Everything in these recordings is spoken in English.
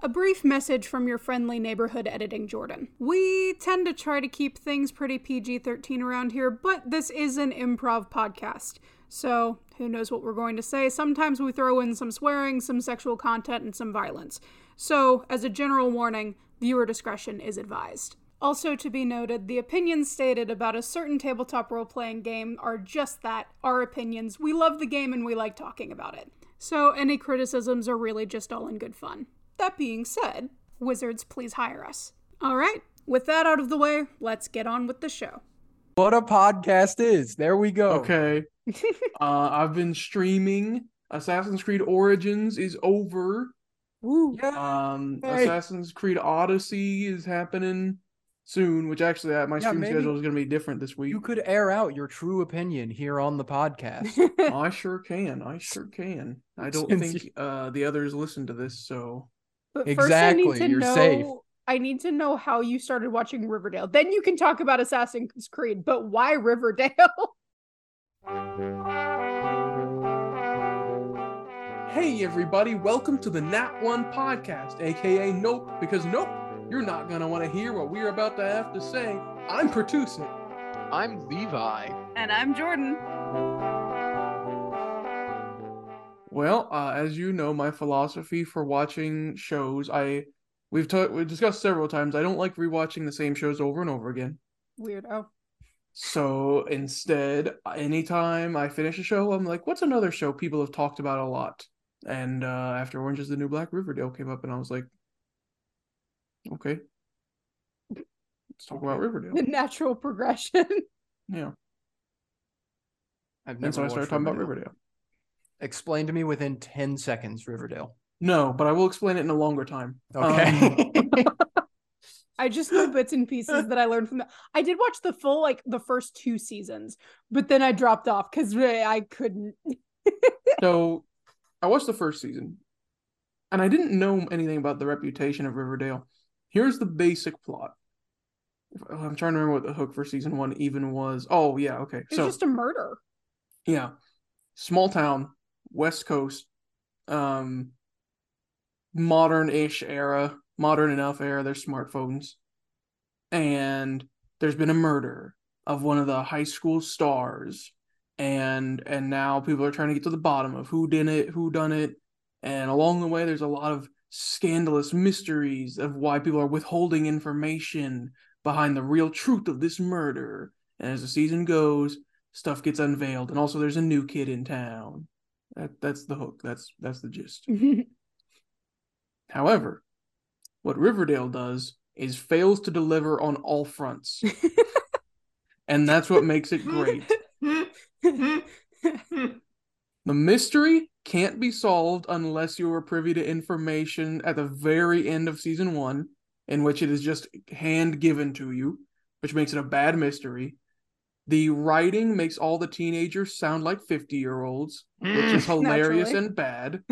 A brief message from your friendly neighborhood editing Jordan. We tend to try to keep things pretty PG 13 around here, but this is an improv podcast. So who knows what we're going to say? Sometimes we throw in some swearing, some sexual content, and some violence. So, as a general warning, viewer discretion is advised. Also, to be noted, the opinions stated about a certain tabletop role playing game are just that our opinions. We love the game and we like talking about it. So, any criticisms are really just all in good fun. That being said, wizards, please hire us. All right, with that out of the way, let's get on with the show. what a podcast is. There we go. Okay. uh, I've been streaming. Assassin's Creed Origins is over. Woo. Yeah. Um, Hey. Assassin's Creed Odyssey is happening soon, which actually uh, my Yeah, stream maybe schedule is going to be different this week. You could air out your true opinion here on the podcast. I sure can. I sure can. I don't Since think you- uh, the others listen to this, so But Exactly, you're safe. I need to know how you started watching Riverdale. Then you can talk about Assassin's Creed, but why Riverdale? Hey, everybody, welcome to the Not One Podcast, aka Nope, because nope, you're not going to want to hear what we're about to have to say. I'm producing. I'm Levi. And I'm Jordan. Well, uh, as you know, my philosophy for watching shows, I we've ta- we discussed several times. I don't like rewatching the same shows over and over again. Weirdo. So instead, anytime I finish a show, I'm like, "What's another show people have talked about a lot?" And uh, after Orange is the New Black, Riverdale came up, and I was like, "Okay, let's talk about Riverdale." The natural progression. Yeah, I've and so I watched started talking about Riverdale. Explain to me within 10 seconds, Riverdale. No, but I will explain it in a longer time. Um, Okay. I just know bits and pieces that I learned from the I did watch the full like the first two seasons, but then I dropped off because I couldn't. so I watched the first season and I didn't know anything about the reputation of Riverdale. Here's the basic plot. If- oh, I'm trying to remember what the hook for season one even was. Oh, yeah, okay. It was so, just a murder. yeah, small town, West Coast, um, modern ish era, modern enough era. There's smartphones. And there's been a murder of one of the high school stars. And and now people are trying to get to the bottom of who did it, who done it. And along the way, there's a lot of scandalous mysteries of why people are withholding information behind the real truth of this murder. And as the season goes, stuff gets unveiled. And also there's a new kid in town. That that's the hook. That's that's the gist. However, what Riverdale does is fails to deliver on all fronts. and that's what makes it great. The mystery can't be solved unless you are privy to information at the very end of season 1 in which it is just hand given to you, which makes it a bad mystery. The writing makes all the teenagers sound like 50-year-olds, which Mm. is hilarious Naturally. and bad.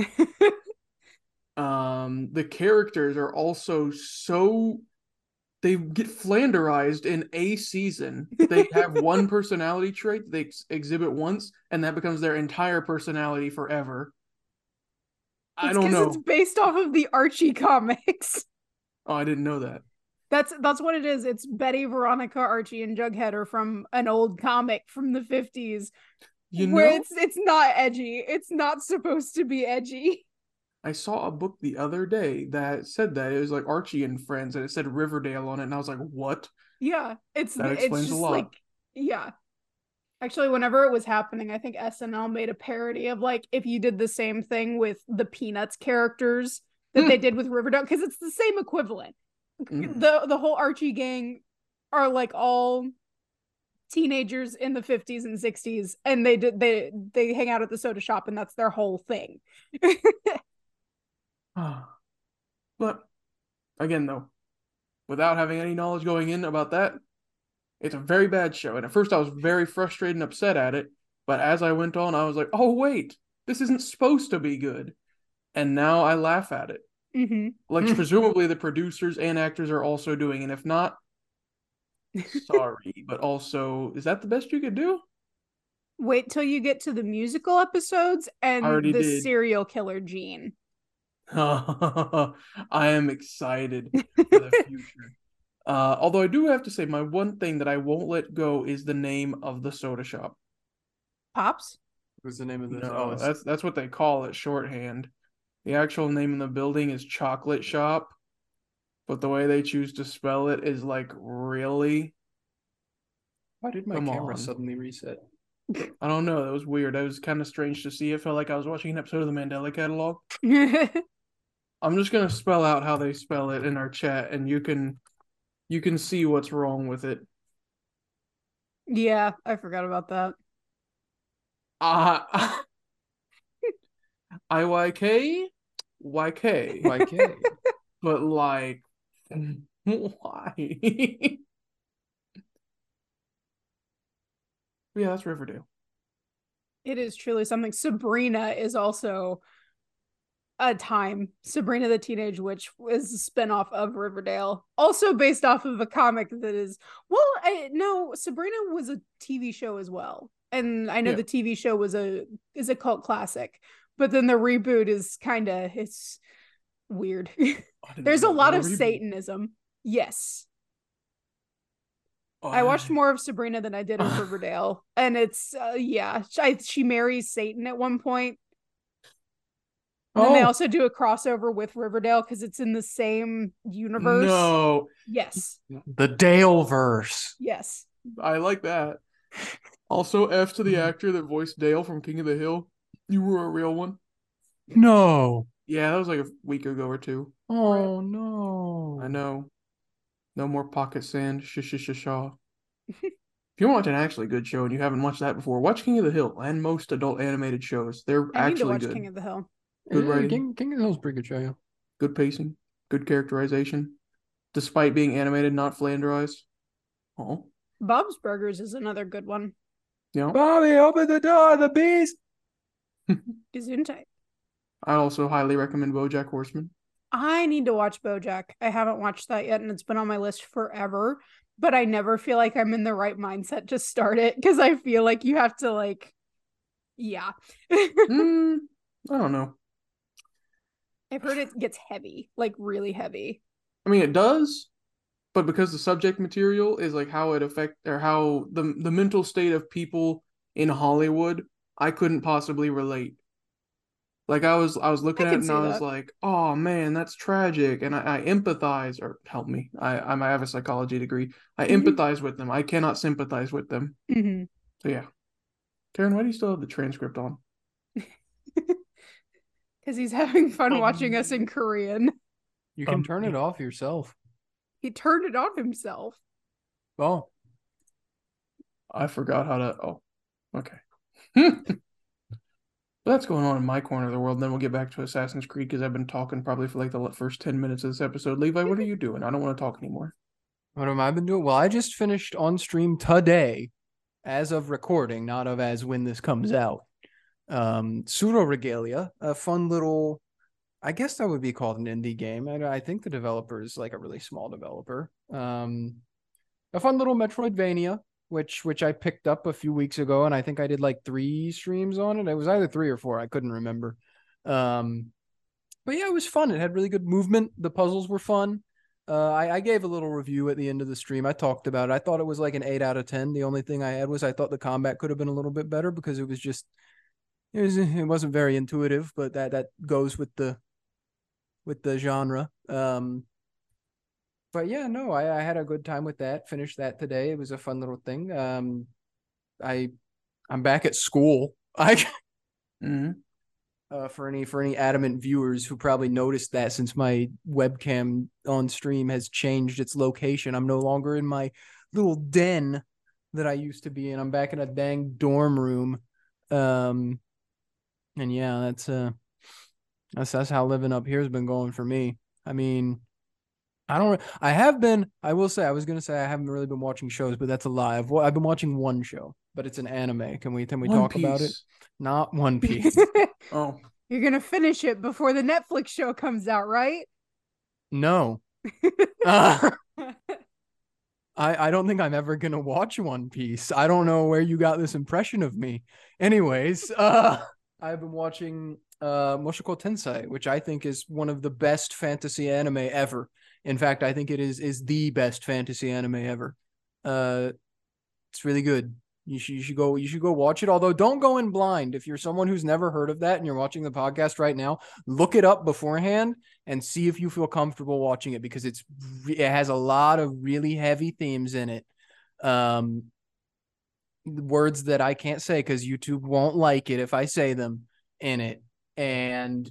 um the characters are also so they get flanderized in a season they have one personality trait they ex- exhibit once and that becomes their entire personality forever i It's don't 'cause know It's based off of the Archie comics. oh i didn't know that That's that's what it is. It's Betty, Veronica, Archie, and Jughead are from an old comic from the fifties, you know where it's it's not edgy. It's not supposed to be edgy. i saw a book the other day that said that it was like archie and friends and it said riverdale on it and i was like what Yeah, it's That it's explains a just lot. like yeah. Actually, whenever it was happening, I think SNL made a parody of like if you did the same thing with the Peanuts characters that Hmm. they did with Riverdale, because it's the same equivalent. Mm. the the whole Archie gang are like all teenagers in the 50s and 60s and they did they they hang out at the soda shop and that's their whole thing. but again though without having any knowledge going in about that it's a very bad show and at first i was very frustrated and upset at it but as i went on i was like oh wait this isn't supposed to be good and now i laugh at it hmm like Hmm. presumably the producers and actors are also doing and if not sorry but also is that the best you could do Wait till you get to the musical episodes and Already the did. serial killer gene. I am excited for the future. Uh, although I do have to say, my one thing that I won't let go is the name of the soda shop. Pops? What's the name of this? Oh, No, it's- that's that's what they call it shorthand. The actual name of the building is Chocolate Shop, but the way they choose to spell it is like really. why did my Come camera on. suddenly reset? I don't know. That was weird. That was kind of strange to see. It felt like I was watching an episode of the Mandela Catalog. I'm just gonna spell out how they spell it in our chat, and you can you can see what's wrong with it. yeah, I forgot about that. Uh, I Y K Y K. YK. But like why? yeah, that's Riverdale. It is truly something. Sabrina is also a time. Sabrina the Teenage Witch is a spinoff of Riverdale, also based off of a comic that is well, I, no, Sabrina was a TV show as well, and I know Yeah. the TV show was a is a cult classic, but then the reboot is kind of it's weird. I didn't There's a know lot they of reboot- Satanism. Yes. Oh, I watched yeah. more of Sabrina than I did of Riverdale, and it's uh, yeah, sh- I, she marries Satan at one point. And then they Oh, also do a crossover with Riverdale because it's in the same universe. No, Yes, the Dale verse. yes. I like that. Also, F to the Mm-hmm. actor that voiced Dale from King of the Hill. You were a real one. No. Yeah, that was like a week ago or two. Oh no. I know. No more pocket sand. Shh, shh, shh, shaw. if you're watching an actually good show and you haven't watched that before, watch King of the Hill and most adult animated shows. They're I need to actually watch good. King of the Hill. Good Yeah, writing. King, King of the Hill's a pretty good show. yeah. Good pacing, good characterization, despite being animated, not flanderized. Oh, Bob's Burgers is another good one. yeah. Bobby, open the door, the beast. Gesundheit. I also highly recommend BoJack Horseman. I need to watch BoJack. I haven't watched that yet, and it's been on my list forever. But I never feel like I'm in the right mindset to start it because I feel like you have to like, yeah. mm, I don't know. I've heard it gets heavy, like really heavy. I mean, it does, but because the subject material is like how it affect or how the the mental state of people in Hollywood, I couldn't possibly relate. Like I was, I was looking at can it and see I was that. like, "Oh man, that's tragic," and I, I empathize or help me. I I'm- I have a psychology degree. I Mhm. empathize with them. I cannot sympathize with them. Mm-hmm. So yeah, Karen, why do you still have the transcript on? Because he's having fun Oh, watching us in Korean. You can Um, turn it off yourself. He turned it on himself. Oh, I forgot how to. Oh, okay. That's going on in my corner of the world. and Then we'll get back to Assassin's Creed because I've been talking probably for like the le- first 10 minutes of this episode. Levi, what are you doing? I don't want to talk anymore. what have I been doing? Well, I just finished on stream today, as of recording, not of as when this comes out. Um, Pseudo Regalia, a fun little, I guess that would be called an indie game. I, I think the developer is like a really small developer. Um, a fun little Metroidvania, which which I picked up a few weeks ago, and I think I did like three streams on it. It was either three or four. I couldn't remember. Um, but yeah, it was fun. It had really good movement. The puzzles were fun. Uh, I, I gave a little review at the end of the stream. I talked about it. I thought it was like an eight out of ten. The only thing I had was I thought the combat could have been a little bit better because it was just it was it wasn't very intuitive, but that that goes with the with the genre. Um, but yeah, no, I, I had a good time with that. Finished that today. It was a fun little thing. Um, I I'm back at school. I Mm-hmm. uh, for any for any adamant viewers who probably noticed that since my webcam on stream has changed its location, I'm no longer in my little den that I used to be in. I'm back in a dang dorm room. Um, and yeah, that's uh, that's that's how living up here has been going for me. I mean, I don't. re- I have been. I will say. I was gonna say I haven't really been watching shows, but that's a lie. I've, wa- I've been watching one show, but it's an anime. Can we can we talk about it? Not One Piece. You're Oh, gonna finish it before the Netflix show comes out, right? No. Uh, Hmm. I, I don't think I'm ever going to watch One Piece. I don't know where you got this impression of me. Anyways, uh, I've been watching uh, Mushoku Tensei, which I think is one of the best fantasy anime ever. In fact, I think it is is the best fantasy anime ever. Uh, it's really good. You should you should go you should go watch it. Although don't go in blind. If you're someone who's never heard of that and you're watching the podcast right now, look it up beforehand and see if you feel comfortable watching it because it's re- it has a lot of really heavy themes in it. Um, words that I can't say because YouTube won't like it if I say them in it. And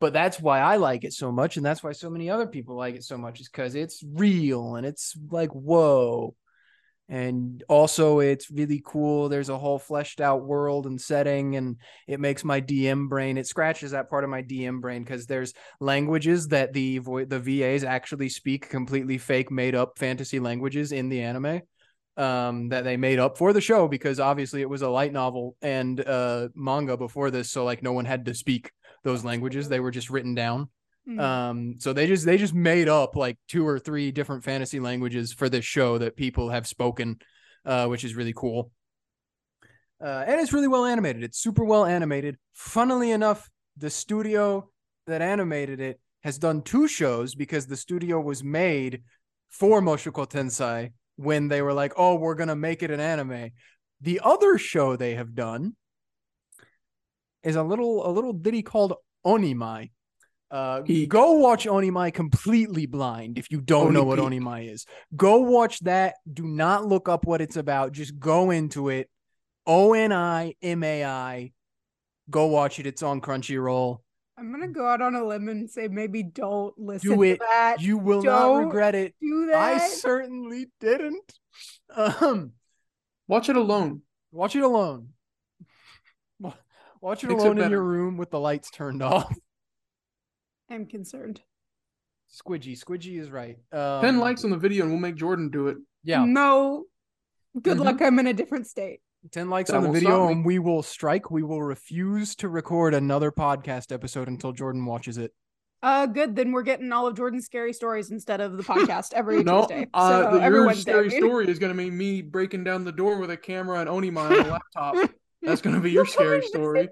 but that's why I like it so much, and that's why so many other people like it so much, is because it's real and it's like whoa. And also it's really cool. There's a whole fleshed out world and setting, and it makes my DM brain, it scratches that part of my DM brain because there's languages that the vo- the VAs actually speak completely fake, made up fantasy languages in the anime um, that they made up for the show because obviously it was a light novel and uh, manga before this, so like no one had to speak those languages; they were just written down. Mm. Uh, Um, so they just they just made up like two or three different fantasy languages for this show that people have spoken, uh, which is really cool. Uh, and it's really well animated. It's super well animated. Funnily enough, the studio that animated it has done two shows because the studio was made for Mushoku Tensei when they were like, "Oh, we're gonna make it an anime." The other show they have done is a little a little ditty called Onimai. Uh, Eek. go watch Onimai completely blind if you don't Oni know what peek. Onimai is. Go watch that. Do not look up what it's about. Just go into it. O N I M A I. Go watch it. It's on Crunchyroll. I'm gonna go out on a limb and say maybe don't listen Do it. to that. You will not Don't regret it. do I that. certainly didn't. Um, Watch it alone. Watch it alone. Wa- Watch it Makes it alone in better. your room with the lights turned off. I'm concerned. Squidgy, Squidgy is right. Um, Ten likes on the video, and we'll make Jordan do it. Yeah, No. Good Mhm. luck. I'm in a different state. ten likes That on the won't video, stop me. and we will strike. We will refuse to record another podcast episode until Jordan watches it. Uh, good. Then we're getting all of Jordan's scary stories instead of the podcast every No, Tuesday. uh, so the, every your Wednesday, I scary mean. story is gonna make me breaking down the door with a camera and Onimai on a laptop. That's gonna be your You're coming scary to story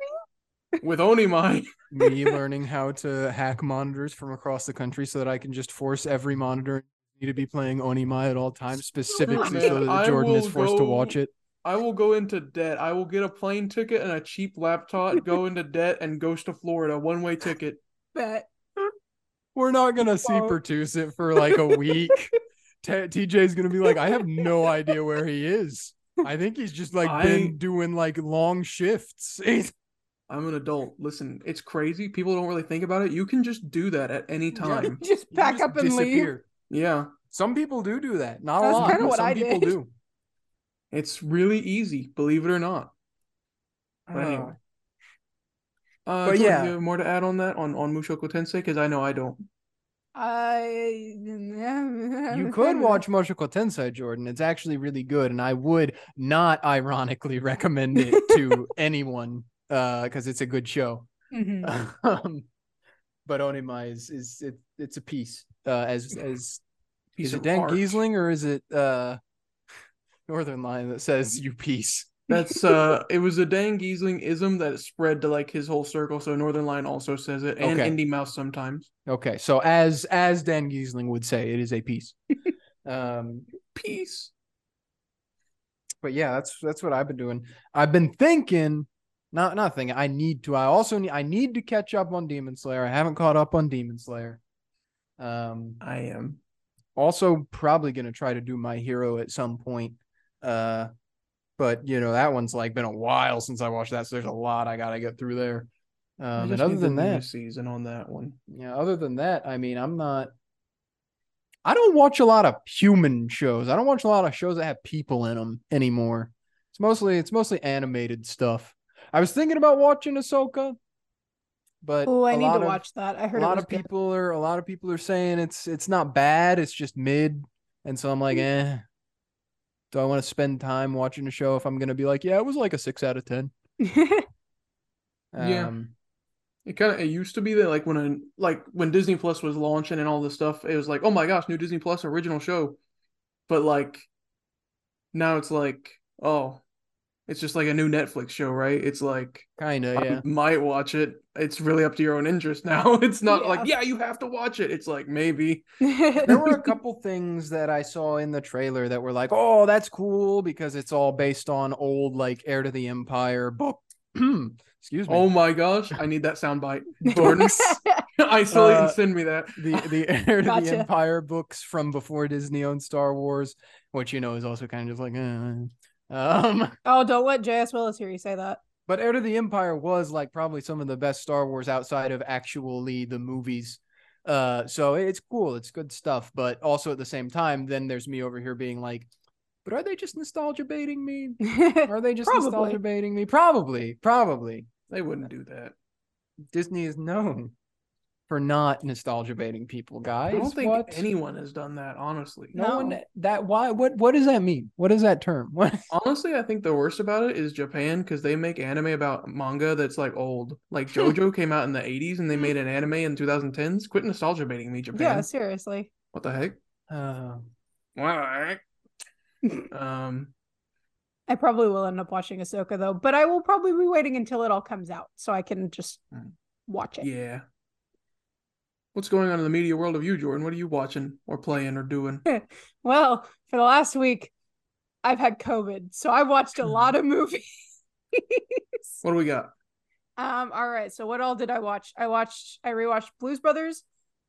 Sydney? with Onimai. Me learning how to hack monitors from across the country so that I can just force every monitor to be playing Onimai at all times, specifically so man, that I Jordan is will forced to go- watch it. I will go into debt. I will get a plane ticket and a cheap laptop, go into debt, and goes to Florida. One way ticket. Bet. We're not gonna see Won't. Pertus it for like a week. T- TJ's gonna be like, I have no idea where he is. I think he's just like I- been doing like long shifts. He's- I'm an adult. Listen, it's crazy. People don't really think about it. You can just do that at any time. Just you pack just up and leave. disappear. Yeah, Some people do do that. Not That's a lot. kinda but what some I people did. do. it's really easy, believe it or not. But anyway. Uh, Oh. But Jordan, do yeah. you have more to add on that on on Mushoku Tensei? Because I know I don't. Oh. I. You could watch Mushoku Tensei, Jordan. It's actually really good, and I would not ironically recommend it to anyone because it's a good show. Mhm. Um, but Onima is is it, it's a piece uh, as as Piece is it of Dan art. Giesling or is it uh Northern Line that says you peace? That's uh, it was a Dan Giesling ism that spread to like his whole circle. So Northern Line also says it, and Okay. Indie Mouse sometimes. Okay, so as as Dan Giesling would say, it is a piece. um, Peace. but yeah, that's that's what I've been doing. I've been thinking, not not thinking. I need to. I also need. I need to catch up on Demon Slayer. I haven't caught up on Demon Slayer. Um, I am. also probably gonna try to do My Hero at some point. Uh, but you know that one's like been a while since I watched that, so there's a lot I gotta get through there. I Um, and just other need the than new that, season on that one. Yeah, other than that, I mean, I'm not. I don't watch a lot of human shows. I don't watch a lot of shows that have people in them anymore. It's mostly it's mostly animated stuff. I was thinking about watching Ahsoka, but Oh, I a need lot to of- watch that. I A heard it lot was of good. people are a lot of people are saying it's it's not bad. It's just mid, and so I'm like, Mm. eh. Do I want to spend time watching a show if I'm gonna be like, yeah, it was like a six out of ten? Yeah. Um, It kind of it used to be that like when I, like when Disney Plus was launching and all this stuff, it was like, oh my gosh, new Disney Plus original show. But like now it's like, oh, It's just like a new Netflix show, right? It's like Kinda, I Uh, yeah. might watch it. It's really up to your own interest now. It's not Yeah. like, yeah, you have to watch it. It's like maybe. there were a couple things that I saw in the trailer that were like, "Oh, that's cool," because it's all based on old like heir to the empire book. Excuse me. Oh my gosh, I need that soundbite. Jordan, isolate Uh, and send me that. the the heir to Gotcha. the empire books from before Disney owned Star Wars, which you know is also kind of just like, uh, um. oh, don't let J.S. Willis hear you say that. But heir to the empire was like probably some of the best Star Wars outside of actually the movies. Uh, so it's cool, it's good stuff. But also at the same time, then there's me over here being like, but are they just nostalgia baiting me? Are they just Probably. nostalgia baiting me? Probably, probably. They wouldn't do that. Disney is known for not nostalgia baiting people, I guys. don't think What? anyone has done that, honestly. no, one No. that why what what does that mean? What is that term? What Honestly, I think the worst about it is Japan because they make anime about manga that's like old. Like JoJo came out in the 80s and they made an anime in 2010s. Quit nostalgia baiting me, Japan. yeah, seriously. What the heck? uh, Why? um, I probably will end up watching Ahsoka though, but I will probably be waiting until it all comes out so I can just Mm. watch it. yeah. What's going on in the media world of you, Jordan? What are you watching or playing or doing? Well, for the last week, I've had COVID, so I watched Mm. a lot of movies. What do we got? Um, all right. So what all did I watch? I watched I rewatched Blues Brothers.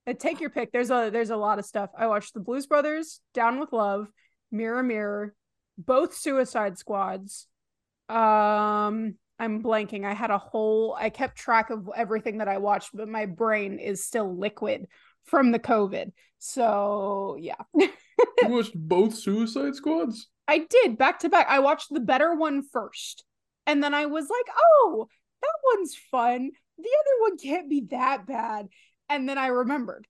Uh, take your pick. There's a there's a lot of stuff. I watched The Blues Brothers, Down with Love, Mirror Mirror, both Suicide Squads. Um, I'm blanking. I had a whole I kept track of everything that I watched, but my brain is still liquid from the COVID. So yeah. You watched both Suicide Squads? I did back to back. I watched the better one first. And then I was like, oh, that one's fun. The other one can't be that bad. And then I remembered.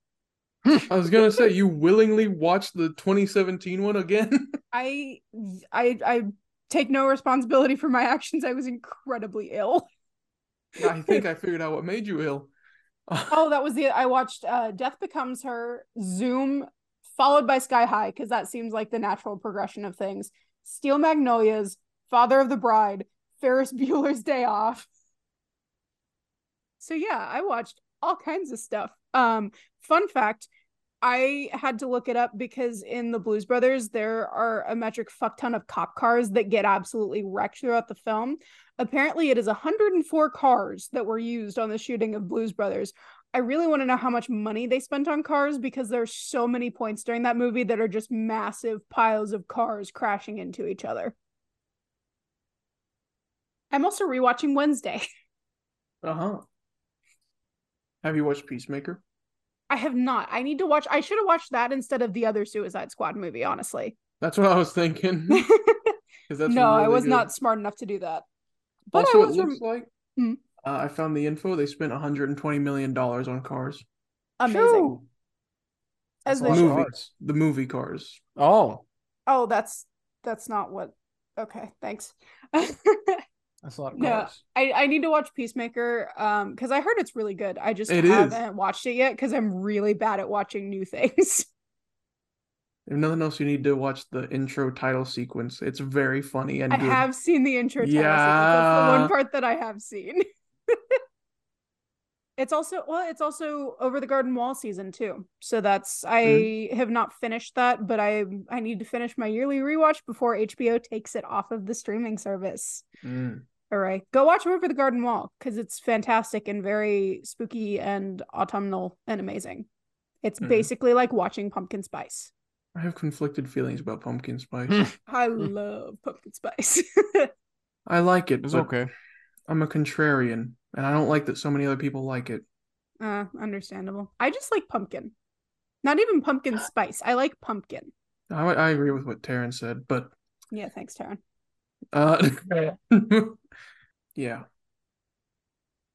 I was gonna say you willingly watched the 2017 one again. I I I take no responsibility for my actions. I was incredibly ill. I think I figured out what made you ill. Oh, that was the I watched uh Death Becomes Her, Zoom, followed by Sky High, because that seems like the natural progression of things. Steel Magnolias, Father of the Bride, Ferris Bueller's Day Off. So yeah, I watched all kinds of stuff. Um, fun fact, I had to look it up because in the Blues Brothers there are a metric fuck ton of cop cars that get absolutely wrecked throughout the film. Apparently, it is 104 cars that were used on the shooting of Blues Brothers. I really want to know how much money they spent on cars because there's so many points during that movie that are just massive piles of cars crashing into each other. I'm also rewatching Wednesday. Uh huh. Have you watched Peacemaker? I have not. I need to watch. I should have watched that instead of the other Suicide Squad movie, honestly. That's what I was thinking. no, 'cause that's I really was good. not smart enough to do that. But also, I was it rem- looks like Hmm. uh, I found the info. They spent 120 million dollars on cars. amazing. shoo. As That's they awesome. should. Movies. The movie cars. Oh, Oh, that's that's not what. Okay, thanks. that's a lot of No, cars. I, I need to watch Peacemaker um because I heard it's really good. I just It is. haven't watched it yet because I'm really bad at watching new things. If nothing else, you need to watch the intro title sequence. It's very funny and I good. have seen the intro title sequence. That's the one Yeah. part that I have seen. it's also well, it's also Over the Garden Wall season too. So that's I Hmm? have not finished that, but I I need to finish my yearly rewatch before HBO takes it off of the streaming service. Mm. All right, go watch Over the Garden Wall because it's fantastic and very spooky and autumnal and amazing. It's Mhm. basically like watching pumpkin spice. I have conflicted feelings about Pumpkin Spice. I Hmm. love pumpkin spice. I like it, It's but okay. I'm a contrarian, and I don't like that so many other people like it. uh, understandable. I just like pumpkin. Not even pumpkin spice. I like pumpkin. I, I agree with what Taryn said, but Yeah, thanks, Taryn. uh, yeah,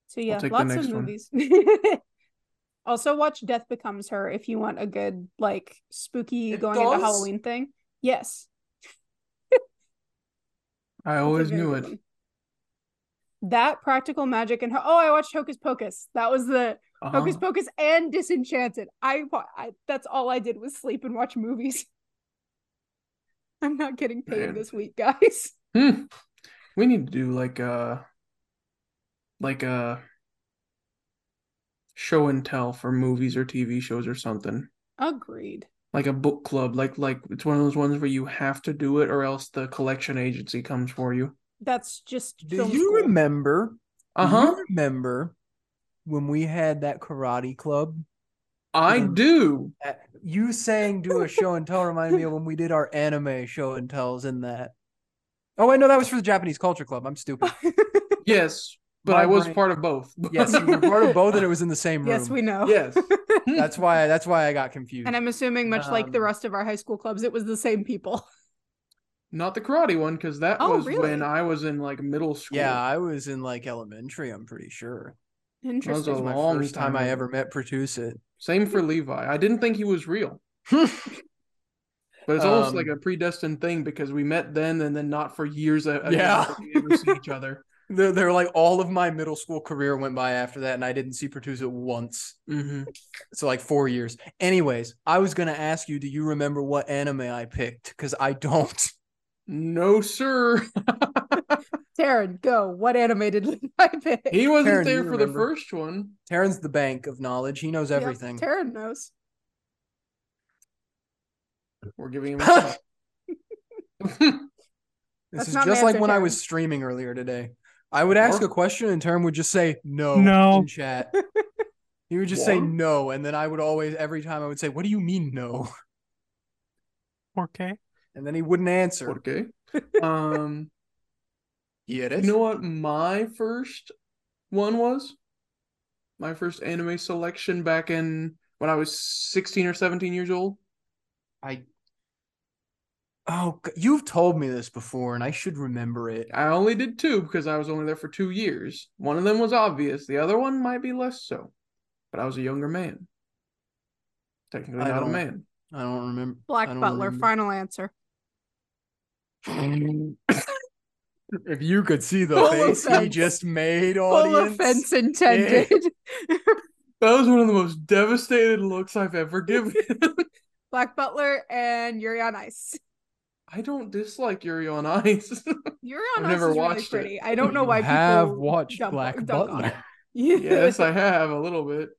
So yeah, take the lots of next one. movies. also watch Death Becomes Her if you want a good like spooky It going does? into Halloween thing. Yes. I That's a always very knew good it. one. That practical magic and Ho- oh, I watched Hocus Pocus. That was the Uh-huh. Hocus Pocus and Disenchanted. I, wa- I that's all I did was sleep and watch movies. I'm not getting paid Man. this week, guys. Hmm. We need to do like a like a show and tell for movies or TV shows or something. Agreed. Like a book club, like like it's one of those ones where you have to do it or else the collection agency comes for you. That's just. Do film you school. remember? do you Uh-huh. remember when we had that karate club? I do. That- you saying do a show and tell reminded me of when we did our anime show and tells in that. Oh wait, no, that was for the Japanese Culture Club. I'm stupid. Yes. But My I was brain- part of both. Yes, you were part of both, and it was in the same room. Yes, we know. Yes. That's why. That's why I got confused. And I'm assuming, much like the Um, rest of our high school clubs, it was the same people. Not the karate one, because that Oh, was really? when I was in like middle school. yeah, I was in like elementary. I'm pretty sure. It Interesting. was a my long first time time I ago. ever met Produce Same for Levi. I didn't think he was real. It. But it's almost like Um, a predestined thing because we met then and then not for years. a- a- Yeah. we ever see each other. They're, they're like all of my middle school career went by after that, and I didn't see Pertusa once. Mm-hmm. So like four years. Anyways, I was gonna ask you, do you remember what anime I picked? Because I don't. No, sir. Taryn, go. What animated did I pick? He wasn't Karen, there you for the remember. first one. Taryn's the bank of knowledge. He knows everything. Yeah, Taryn knows. We're giving him a shot. this That's is not my just like answer, when I Taryn. was streaming earlier today. I would ask Or- a question and Taryn would just say no, No. in chat. He would just say Or- no, and then I would always every time I would say, What do you mean no? Okay. And then he wouldn't answer. okay. Um, Get you it? know what my first one was? My first anime selection back in when I was 16 or 17 years old. I Oh, g- you've told me this before, and I should remember it. I only did two because I was only there for two years. One of them was obvious, the other one might be less so. But I was a younger man. Technically I not a don't- man. I don't remember. Black I don't Butler, remember. final answer. If you could see the Full face he offense. just made, Full audience. offense intended. That was one of the most devastated looks I've ever given. Black Butler and Yuri on Ice. I don't dislike Yuri on Ice. Yuri on Ice I've never is really watched it. pretty. I don't know You why have people watched dump- Black dunk on Butler. it. Yeah. yes, I have a little bit.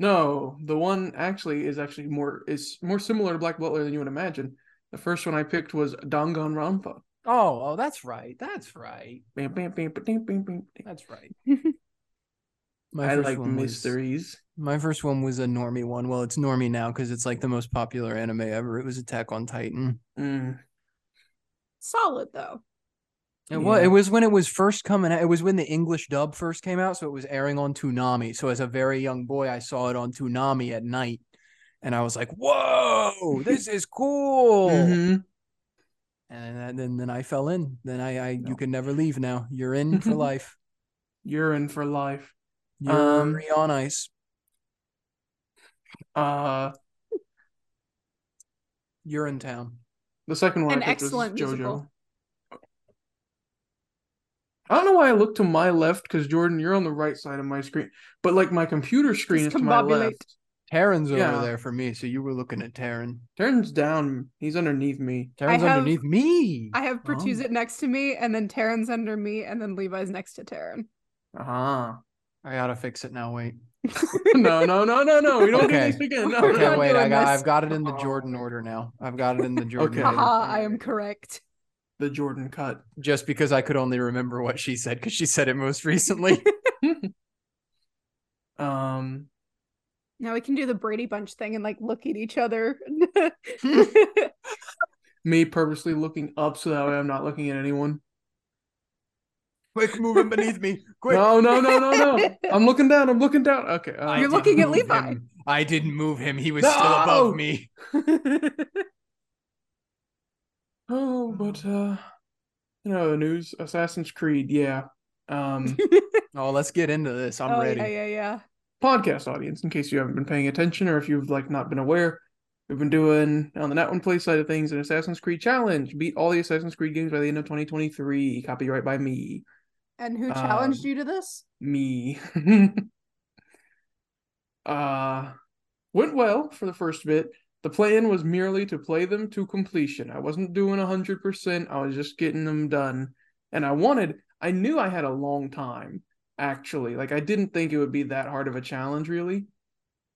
No, the one actually is actually more is more similar to Black Butler than you would imagine. The first one I picked was Danganronpa. Oh, oh, that's right. That's right. Bam, bam, bam, ba-dam, bam, bam, bam. That's right. My I first like one was- mysteries. my first one was a normie one. Well, it's normie now because it's like the most popular anime ever. It was Attack on Titan. Mm. Solid though. It was. Yeah. It was when it was first coming. out. It was when the English dub first came out, so it was airing on Toonami. So as a very young boy, I saw it on Toonami at night, and I was like, "Whoa, this is cool!" Mm-hmm. Mhm. And then then I fell in. Then I, I you No. can never leave now. You're in for life. You're in for life. You're Um, already on ice. Uh, You're in town. the second one An I picked was excellent musical. JoJo. I don't know why I look to my left because Jordan, you're on the right side of my screen, but like my computer screen is to my Discombobulate. left. Taryn's Yeah. over there for me, so you were looking at Taryn. Turns down. He's underneath me. Taryn's have- underneath me. I have Oh. Pertuzit next to me, and then Taryn's under me, and then Levi's next to Taryn. Uh-huh. I gotta fix it now. Wait. no, no, no, no, no. We don't Okay. do this again. No, We're Okay, no. not wait. I doing got. this. I've got it in the Oh. Jordan order now. I've got it in the Jordan. Okay. order. Haha, I am correct. The Jordan cut. Just because I could only remember what she said because she said it most recently. Um, Now we can do the Brady Bunch thing and like look at each other. Oh, me purposely looking up so that way I'm not looking at anyone. Quick, moving beneath me. Quick. No, no, no, no, no. I'm looking down. I'm looking down. Okay. uh, I You're didn't looking at move Levi. him. I didn't move him. He was still No! above me. Oh, but uh, you know the news. Assassin's Creed. Yeah. Um, Oh, let's get into this. I'm oh, ready. yeah, yeah, yeah. podcast audience, in case you haven't been paying attention or if you've like not been aware, we've been doing on the Not One Play side of things an Assassin's Creed challenge. Beat all the Assassin's Creed games by the end of 2023. Copyright by me. And who challenged Um, you to this? me. uh went well for the first bit. The plan was merely to play them to completion. I wasn't doing 100%. I was just getting them done. and I wanted I knew I had a long time actually. Like I didn't think it would be that hard of a challenge really.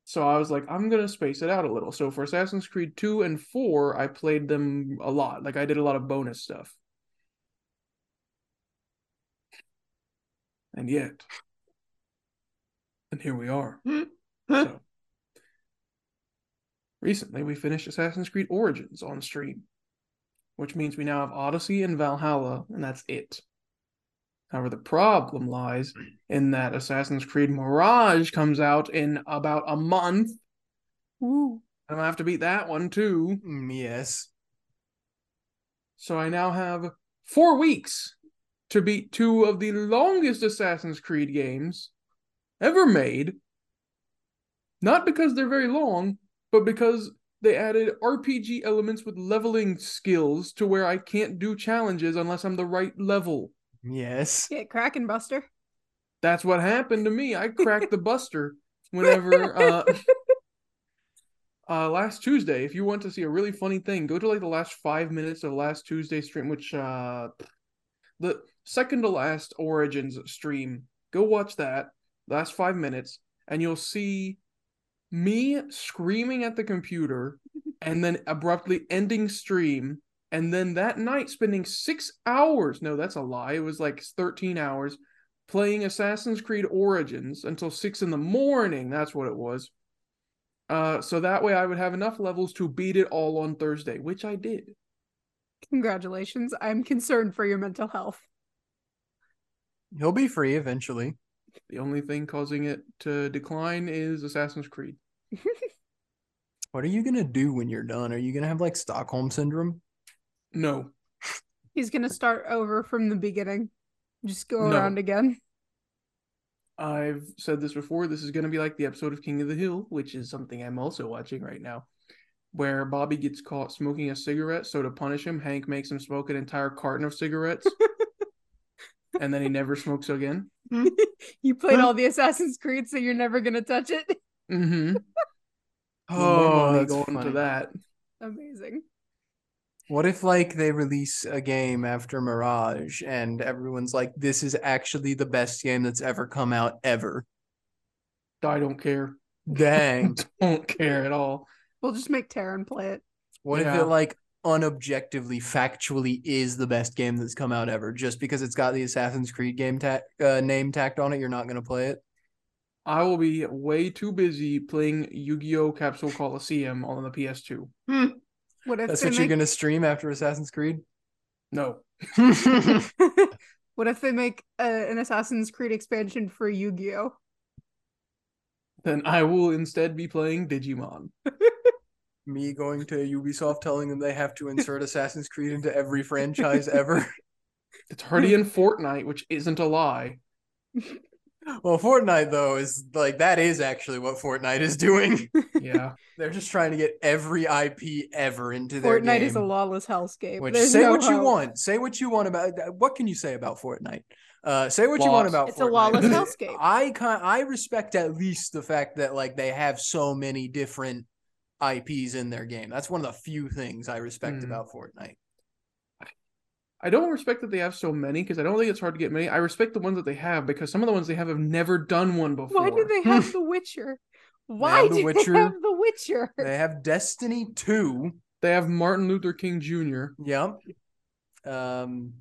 So I was like I'm going to space it out a little. So for Assassin's Creed 2 and 4, I played them a lot. Like I did a lot of bonus stuff. And yet and here we are. so recently we finished Assassin's Creed Origins on stream, which means we now have Odyssey and Valhalla, and that's it. However, the problem lies in that Assassin's Creed Mirage comes out in about a month. Ooh. I'm gonna have to beat that one too. Mm, yes. So I now have four weeks to beat two of the longest Assassin's Creed games ever made. Not because they're very long, but because they added RPG elements with leveling skills to where I can't do challenges unless I'm the right level. Yes. Get cracking, Buster. That's what happened to me. I cracked the buster whenever uh, uh last Tuesday. If you want to see a really funny thing, go to like the last five minutes of last Tuesday stream, which uh the second to last Origins stream. Go watch that last five minutes, and you'll see me screaming at the computer and then abruptly ending stream. And then that night, spending six hours no, that's a lie. It was like 13 hours playing Assassin's Creed Origins until six in the morning. That's what it was. Uh, so that way, I would have enough levels to beat it all on Thursday, which I did. Congratulations. I'm concerned for your mental health. He'll be free eventually. The only thing causing it to decline is Assassin's Creed. What are you gonna do when you're done? Are you gonna have like Stockholm syndrome? No, He's going to start over from the beginning. Just go No. around again. I've said this before. This is going to be like the episode of King of the Hill, which is something I'm also watching right now, where Bobby gets caught smoking a cigarette. So to punish him, Hank makes him smoke an entire carton of cigarettes, and then he never smokes again. You played all the Assassin's Creed, so you're never going to touch it. Mm-hmm. Oh, that's going to funny. that. Amazing. What if like they release a game after Mirage and everyone's like, this is actually the best game that's ever come out ever? I don't care. Dang. Don't care at all. We'll just make Taryn play it. What if Yeah. it like unobjectively, factually is the best game that's come out ever? Just because it's got the Assassin's Creed game ta- uh, name tacked on it, you're not going to play it? I will be way too busy playing Yu-Gi-Oh! Capsule Coliseum on the PS2. What if That's they what you're make going to stream after Assassin's Creed? No, What if they make uh, an Assassin's Creed expansion for Yu-Gi-Oh? then I will instead be playing Digimon. Me going to Ubisoft telling them they have to insert Assassin's Creed into every franchise ever. It's already in Fortnite, which isn't a lie. Well, Fortnite though is like that is actually what Fortnite is doing. Yeah. They're just trying to get every IP ever into their Fortnite game. is a lawless hellscape. Which There's say no what you hope. want. Say what you want about what can you say about Fortnite? Uh, say what you Laws. want about It's a Fortnite. lawless but hellscape. I can I respect at least the fact that like they have so many different IPs in their game. That's one of the few things I respect Hmm. Mhm. about Fortnite. I don't respect that they have so many because I don't think it's hard to get many. I respect the ones that they have because some of the ones they have have never done one before. Why do they have The Witcher? Why have The do Witcher. they have The Witcher? They have Destiny 2. They have Martin Luther King Jr., Yep. Um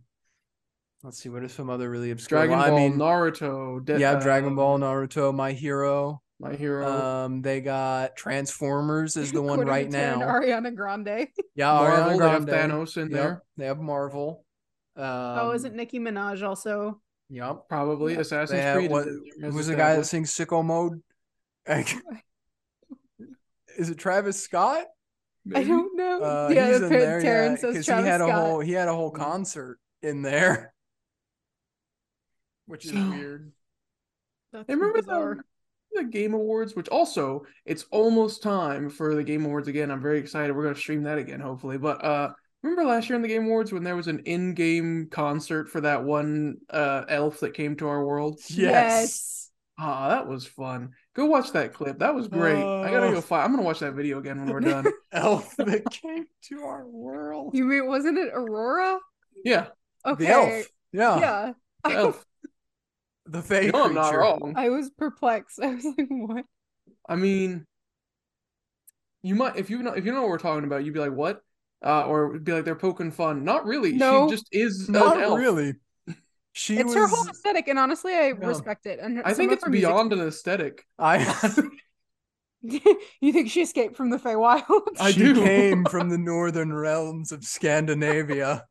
let's see what are some other really obscure Dragon well, Ball, I mean, Naruto, De- yeah, uh, Dragon Ball, Naruto, My Hero. My Hero, Um, they got Transformers is the one According right to Taryn, now. Ariana Grande. yeah, Marvel. Ariana They have Grande. Thanos in Yep, there. They have Marvel. Um, oh, isn't Nicki Minaj also? Yep. Probably Assassin's They have Creed. what- is in there as Who's the guy that established. sings "Sicko Mode"? Like, is it Travis Scott? I Maybe. don't know. Uh, yeah, he's in apparently there, Taryn yeah, says 'cause he Travis had a Scott. whole he had a Mm. whole concert in there, which is So- weird. That's And remember bizarre. the, the Game Awards, which also it's almost time for the Game Awards again. I'm very excited. We're gonna stream that again, hopefully. But uh remember last year in the Game Awards when there was an in-game concert for that one uh elf that came to our world? Ah, that was fun. Go watch that clip. That was great. I gotta Oh. go find I'm gonna watch that video again when we're done. Elf that came to our world. You mean wasn't it Aurora? yeah. Okay. The elf. Yeah. yeah. I, Elf. The Fey No, I'm not creature. wrong. I was perplexed. I was like, what? I mean, you might if you know if you know what we're talking about, you'd be like, "What?" Uh, or it'd be like, "They're poking fun." Not really. No. she just is an Not elf. really. She it's was. her whole aesthetic, and honestly, I respect it. And I some think of it's her music- beyond an aesthetic. I. you think she escaped from the Feywild? I she do. came from the northern realms of Scandinavia,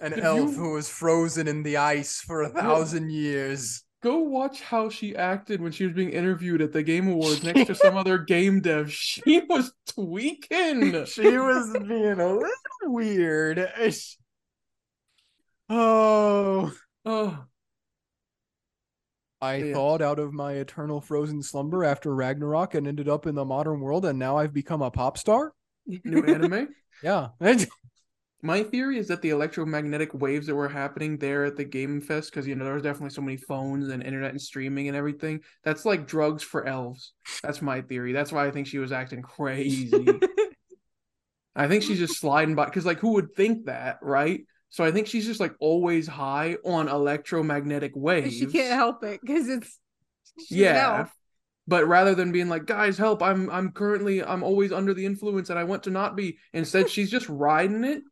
an You- elf who was frozen in the ice for a thousand years. Go watch how she acted when she was being interviewed at the Game Awards next to some other game dev. She was tweaking. She was being a little weird. Oh. Oh, I Yeah. thawed out of my eternal frozen slumber after Ragnarok and ended up in the modern world, and now I've become a pop star. new anime. Yeah. My theory is that the electromagnetic waves that were happening there at the Game Fest, because you know there was definitely so many phones and internet and streaming and everything. That's like drugs for elves. That's my theory. That's why I think she was acting crazy. I think she's just sliding by, because like who would think that, right? So I think she's just like always high on electromagnetic waves. she can't help it because it's she's an Yeah. elf. But rather than being like, guys, help, I'm I'm currently I'm always under the influence and I want to not be. Instead, she's just riding it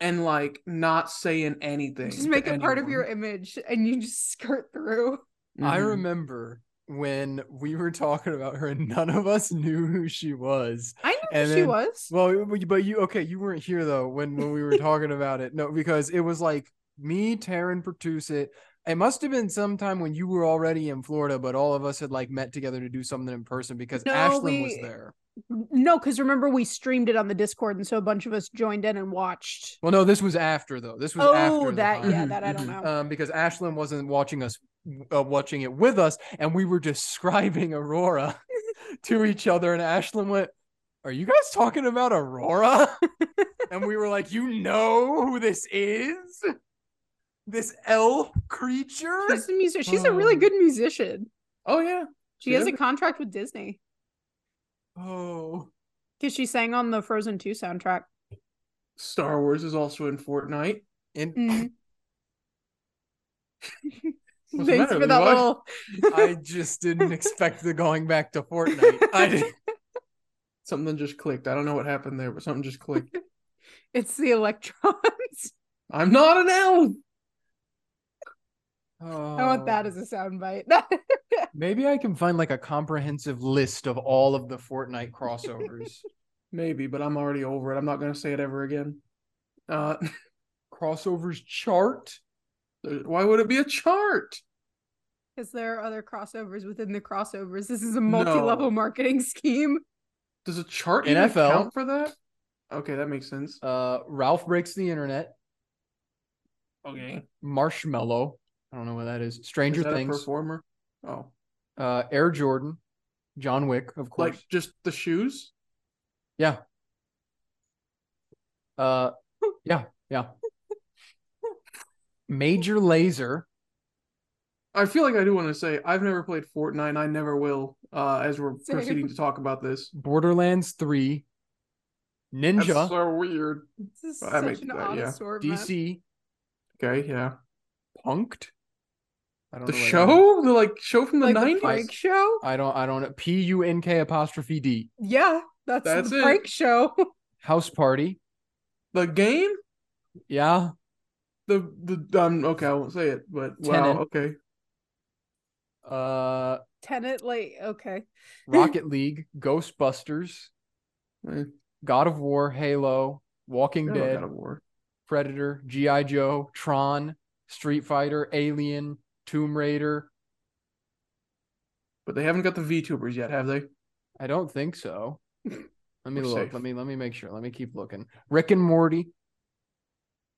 and like not saying anything. just to make it part of anyone. your image, and you just skirt through. I Mm-hmm. Mhm. remember when we were talking about her and none of us knew who she was. I knew And who she then- was. Well, but you- but you okay? You weren't here though when when we were talking about it. No, because it was like me, Taryn Pertusit. It must have been sometime when you were already in Florida, but all of us had like met together to do something in person because No, Ashlyn was we- there. No, because remember we streamed it on the Discord, and so a bunch of us joined in and watched. Well, no, this was after though. This was after Oh, the that pod. yeah, Mhm, that I don't mhm. know. Um, because Ashlyn wasn't watching us, uh, watching it with us, and we were describing Aurora to each other, and Ashlyn went, "Are you guys talking about Aurora?" and we were like, "You know who this is? This elf creature." She's a music. She's a really Um, good musician. Oh yeah. She has a yeah. contract with Disney Oh, because she sang on the Frozen Two soundtrack. Star Wars is also in Fortnite. and Mm-hmm. Mm. the Thanks matter, for that Levi? little. I just didn't expect the going back to Fortnite. I didn't- Something just clicked. I don't know what happened there, but something just clicked. It's the electrons. I'm not an elf. I want that Oh. as a soundbite. Maybe I can find like a comprehensive list of all of the Fortnite crossovers. Maybe, but I'm already over it. I'm not gonna say it ever again. Uh crossovers chart. why would it be a chart? Because there are other crossovers within the crossovers. This is a multi-level No. marketing scheme. Does a chart even NFL. count for that? Okay, that makes sense. Uh, Ralph breaks the internet. Okay. Marshmallow. I don't know what that is. Stranger is that a Things. performer? Oh. Uh, Air Jordan. John Wick, of course. Like just the shoes? yeah. Uh, yeah, yeah. Major Laser. I feel like I do want to say I've never played Fortnite. I never will, uh, as we're Same. proceeding to talk about this. Borderlands Three. That's Ninja. so weird. This is Well, that such makes- an uh, odd yeah. assortment. DC. Okay, yeah. Punked. I don't know what The that is. show? The like show from the Like the nineties? prank show? I don't. I don't. P U N K apostrophe D. Yeah, that's, That's the it. prank show. House Party. the game? Yeah. The the um okay, I won't say it, but wow, Tenet. okay. Uh. Tenant, like okay, Rocket League, Ghostbusters, Eh, God of War, Halo, Walking no, Dead, God of War. Predator, G.I. Joe, Tron, Street Fighter, Alien, Tomb Raider. But they haven't got the VTubers yet, have they? I don't think so. Let me We're look. safe. Let me let me make sure. Let me keep looking. Rick and Morty.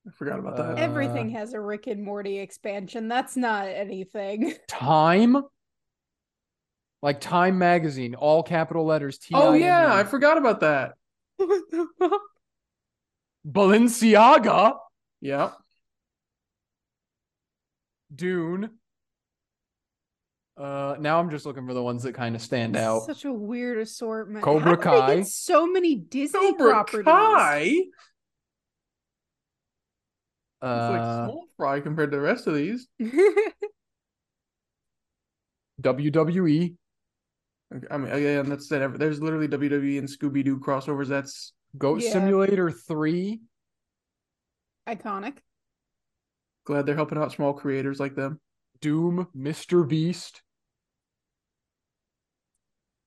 I forgot about Uh, that. everything has a Rick and Morty expansion. That's not anything. Time. Like Time magazine, all capital letters. T. oh yeah, I forgot about that. What the fuck? Balenciaga, Yeah. Dune. Uh, now I'm just looking for the ones that kind of stand out. Such a weird assortment. How Cobra did they Kai. get so many Disney Cobra properties. Kai. It's like Uh, small fry compared to the rest of these. WWE. Okay, I mean, again, that's it. Every- There's literally WWE and Scooby Doo crossovers. That's Goat Yeah. Simulator 3. Iconic. glad they're helping out small creators like them. Doom, Mr. Beast,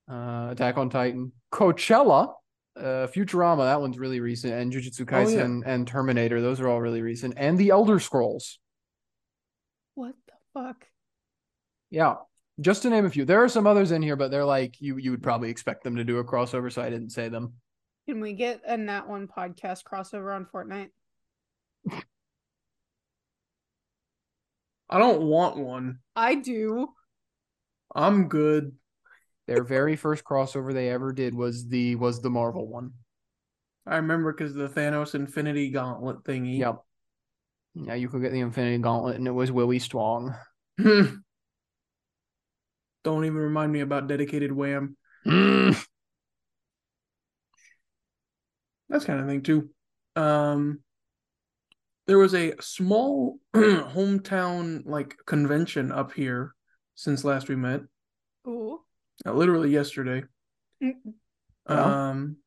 uh, Attack on Titan, Coachella, uh, Futurama. That one's really recent, and Jujutsu Oh, yeah. Kaisen and, Terminator. Those are all really recent, and The Elder Scrolls. What the fuck? Yeah, just to name a few. There are some others in here, but they're like you you would probably expect them to do a crossover, so I didn't say them. Can we get a Nat One podcast crossover on Fortnite? I don't want one. I do. I'm good. Their very first crossover they ever did was the was the Marvel one. I remember because the Thanos Infinity Gauntlet thingy. Yep. Yeah, you could get the Infinity Gauntlet, and it was Willie Strong. Don't even remind me about dedicated wham. That's kind of thing too. Um, there was a small hometown like convention up here since last we met, Ooh. uh, literally yesterday. Mm, Yeah. Um,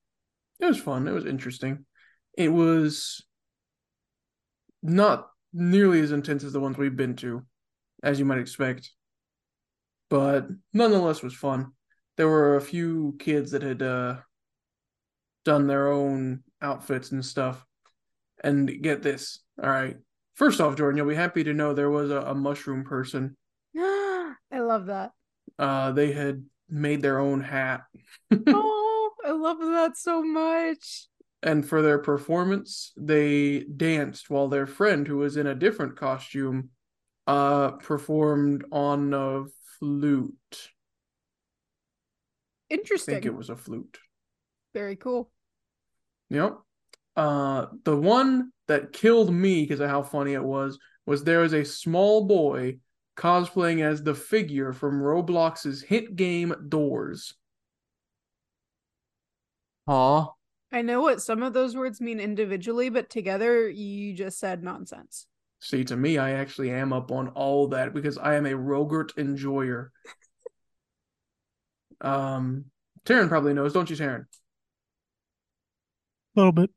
it was fun. It was interesting. It was not nearly as intense as the ones we've been to, as you might expect, but nonetheless was fun. There were a few kids that had uh, done their own outfits and stuff. And get this, all right. First off, Jordan, you'll be happy to know there was a, a mushroom person. I love that. Uh, they had made their own hat. Oh, I love that so much. and for their performance they danced while their friend who was in a different costume uh performed on a flute i think it Interesting. was a flute Very cool. yep uh the one that killed me because of how funny it was was there was a small boy cosplaying as the figure from roblox's hit game doors Huh. I know what some of those words mean individually, but together you just said nonsense. see to me i actually am up on all that because i am a rogurt enjoyer Um, Taryn probably knows, don't you, Taryn? A little bit.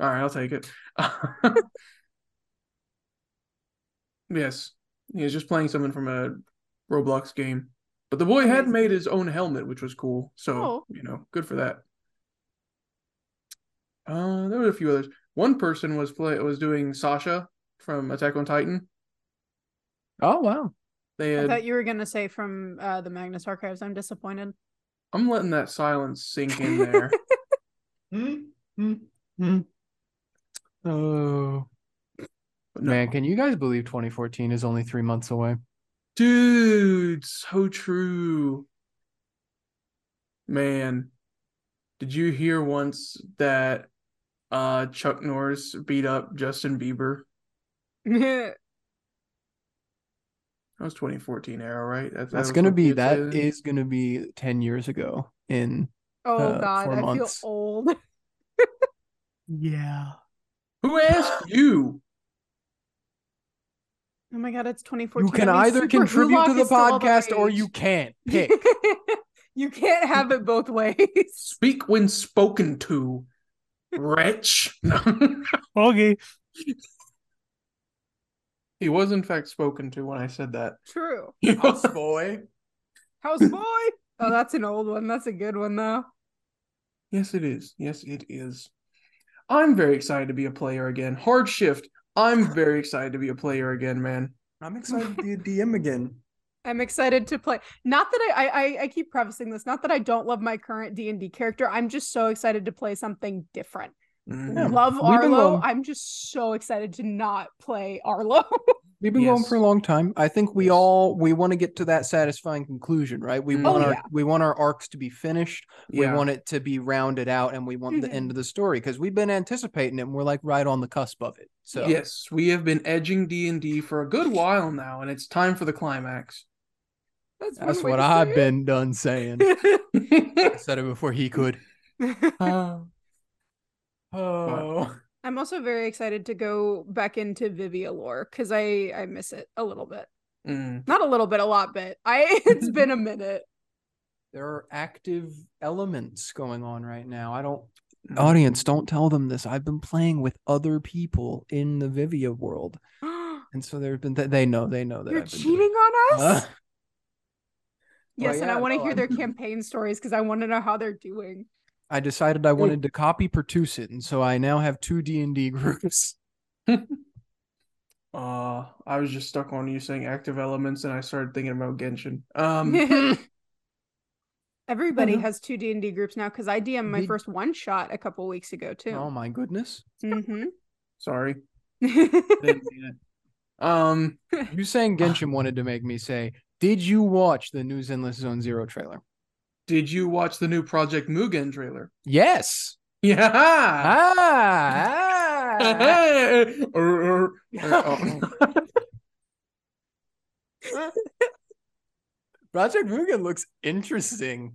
All right, I'll take it. yes, he was just playing something from a Roblox game, but the boy had Amazing. made his own helmet, which was cool. So Oh. you know, good for that. Uh, there were a few others. One person was play was doing Sasha from Attack on Titan. Oh wow. They I had. thought you were gonna say from uh, the Magnus Archives. I'm disappointed. I'm letting that silence sink in there. Oh But no. man, can you guys believe 2014 is only three months away? Dude, so true. Man, did you hear once that uh Chuck Norris beat up Justin Bieber? That was 2014 era, right? That, that That's was gonna what be kids that did. is gonna be 10 years ago. In Oh Uh, God, four I months. feel old. Yeah. Who asked you? Oh my God, it's 2014. you can I mean, either Super contribute Hulock to the is still all podcast or rage. you can't pick. you can't have it both ways. Speak when spoken to, wretch. Okay. He was in fact spoken to when I said that. True. Yes, boy. Houseboy. oh, that's an old one. That's a good one though. Yes, it is. Yes, it is. I'm very excited to be a player again. Hard shift. I'm very excited to be a player again, man. I'm excited to be a DM again. I'm excited to play. Not that I, I I- I keep prefacing this. Not that I don't love my current D and D character. I'm just so excited to play something different. Mm-hmm. Yeah, love we've been Arlo. long- I'm just so excited to not play Arlo. We've been going Yes. for a long time. I think we Yes. all we want to get to that satisfying conclusion, right? We Mm. want Oh, our yeah. we want our arcs to be finished. Yeah. We want it to be rounded out, and we want the Mm-hmm. end of the story because we've been anticipating it, and we're like right on the cusp of it. So Yes, we have been edging D and D for a good while now, and it's time for the climax. one That's way what to I've say been done saying. I said it before he could. it. Oh. I'm also very excited to go back into Vivia lore because I I miss it a little bit. Mm. Not a little bit, a lot bit. I it's been a minute. There are active elements going on right now. I don't Mm-hmm. mm. audience, don't tell them this. I've been playing with other people in the Vivia world. And so there's been they know, they know that You're I've been cheating doing- on us. Huh? yes, Well, and I yeah, want to no, hear I'm- their campaign stories because I want to know how they're doing. I decided I wanted to copy Pertusit, and so I now have two D and D groups. Uh, I was just stuck on you saying active elements, and I started thinking about Genshin. Um, Everybody Uh-huh. has two D and D groups now because I DM my Did- first one shot a couple weeks ago too. Oh my goodness! Mhm. sorry, didn't mean it. Um, You saying Genshin wanted to make me say, "Did you watch the new Zenless Zone Zero trailer?" did you watch the new Project Mugen trailer? Yes. Yeah. Ah. ah. Er, Or- or- oh. Project Mugen looks interesting.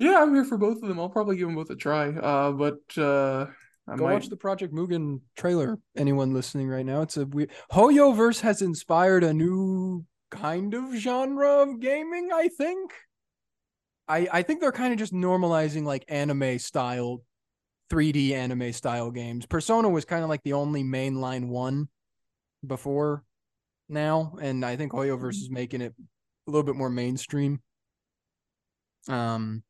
yeah, I'm here for both of them. I'll probably give them both a try. Uh, but uh, I Go might. watch the Project Mugen trailer. Anyone listening right now? It's a weird Hoyoverse has inspired a new kind of genre of gaming, I think. I I think they're kind of just normalizing like anime style 3D anime style games. Persona was kind of like the only mainline one before now, and I think Mm-hmm. Hoyoverse is making it a little bit more mainstream. Um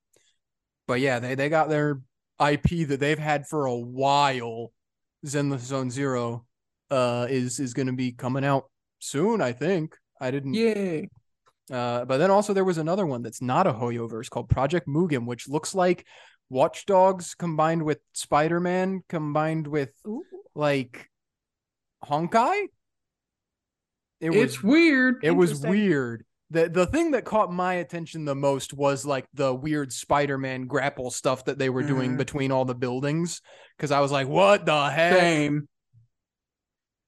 but yeah, they they got their IP that they've had for a while, Zenless Zone Zero, uh, is is going to be coming out soon. I think I didn't. Yay! Uh, but then also there was another one that's not a Hoyoverse called Project Mugen, which looks like Watch Dogs combined with Spider Man combined with Ooh. like Honkai. It was it's weird. it was Interesting. weird. The the thing that caught my attention the most was like the weird Spider-Man grapple stuff that they were doing Mhm. between all the buildings. Cause I was like, what the heck? Same.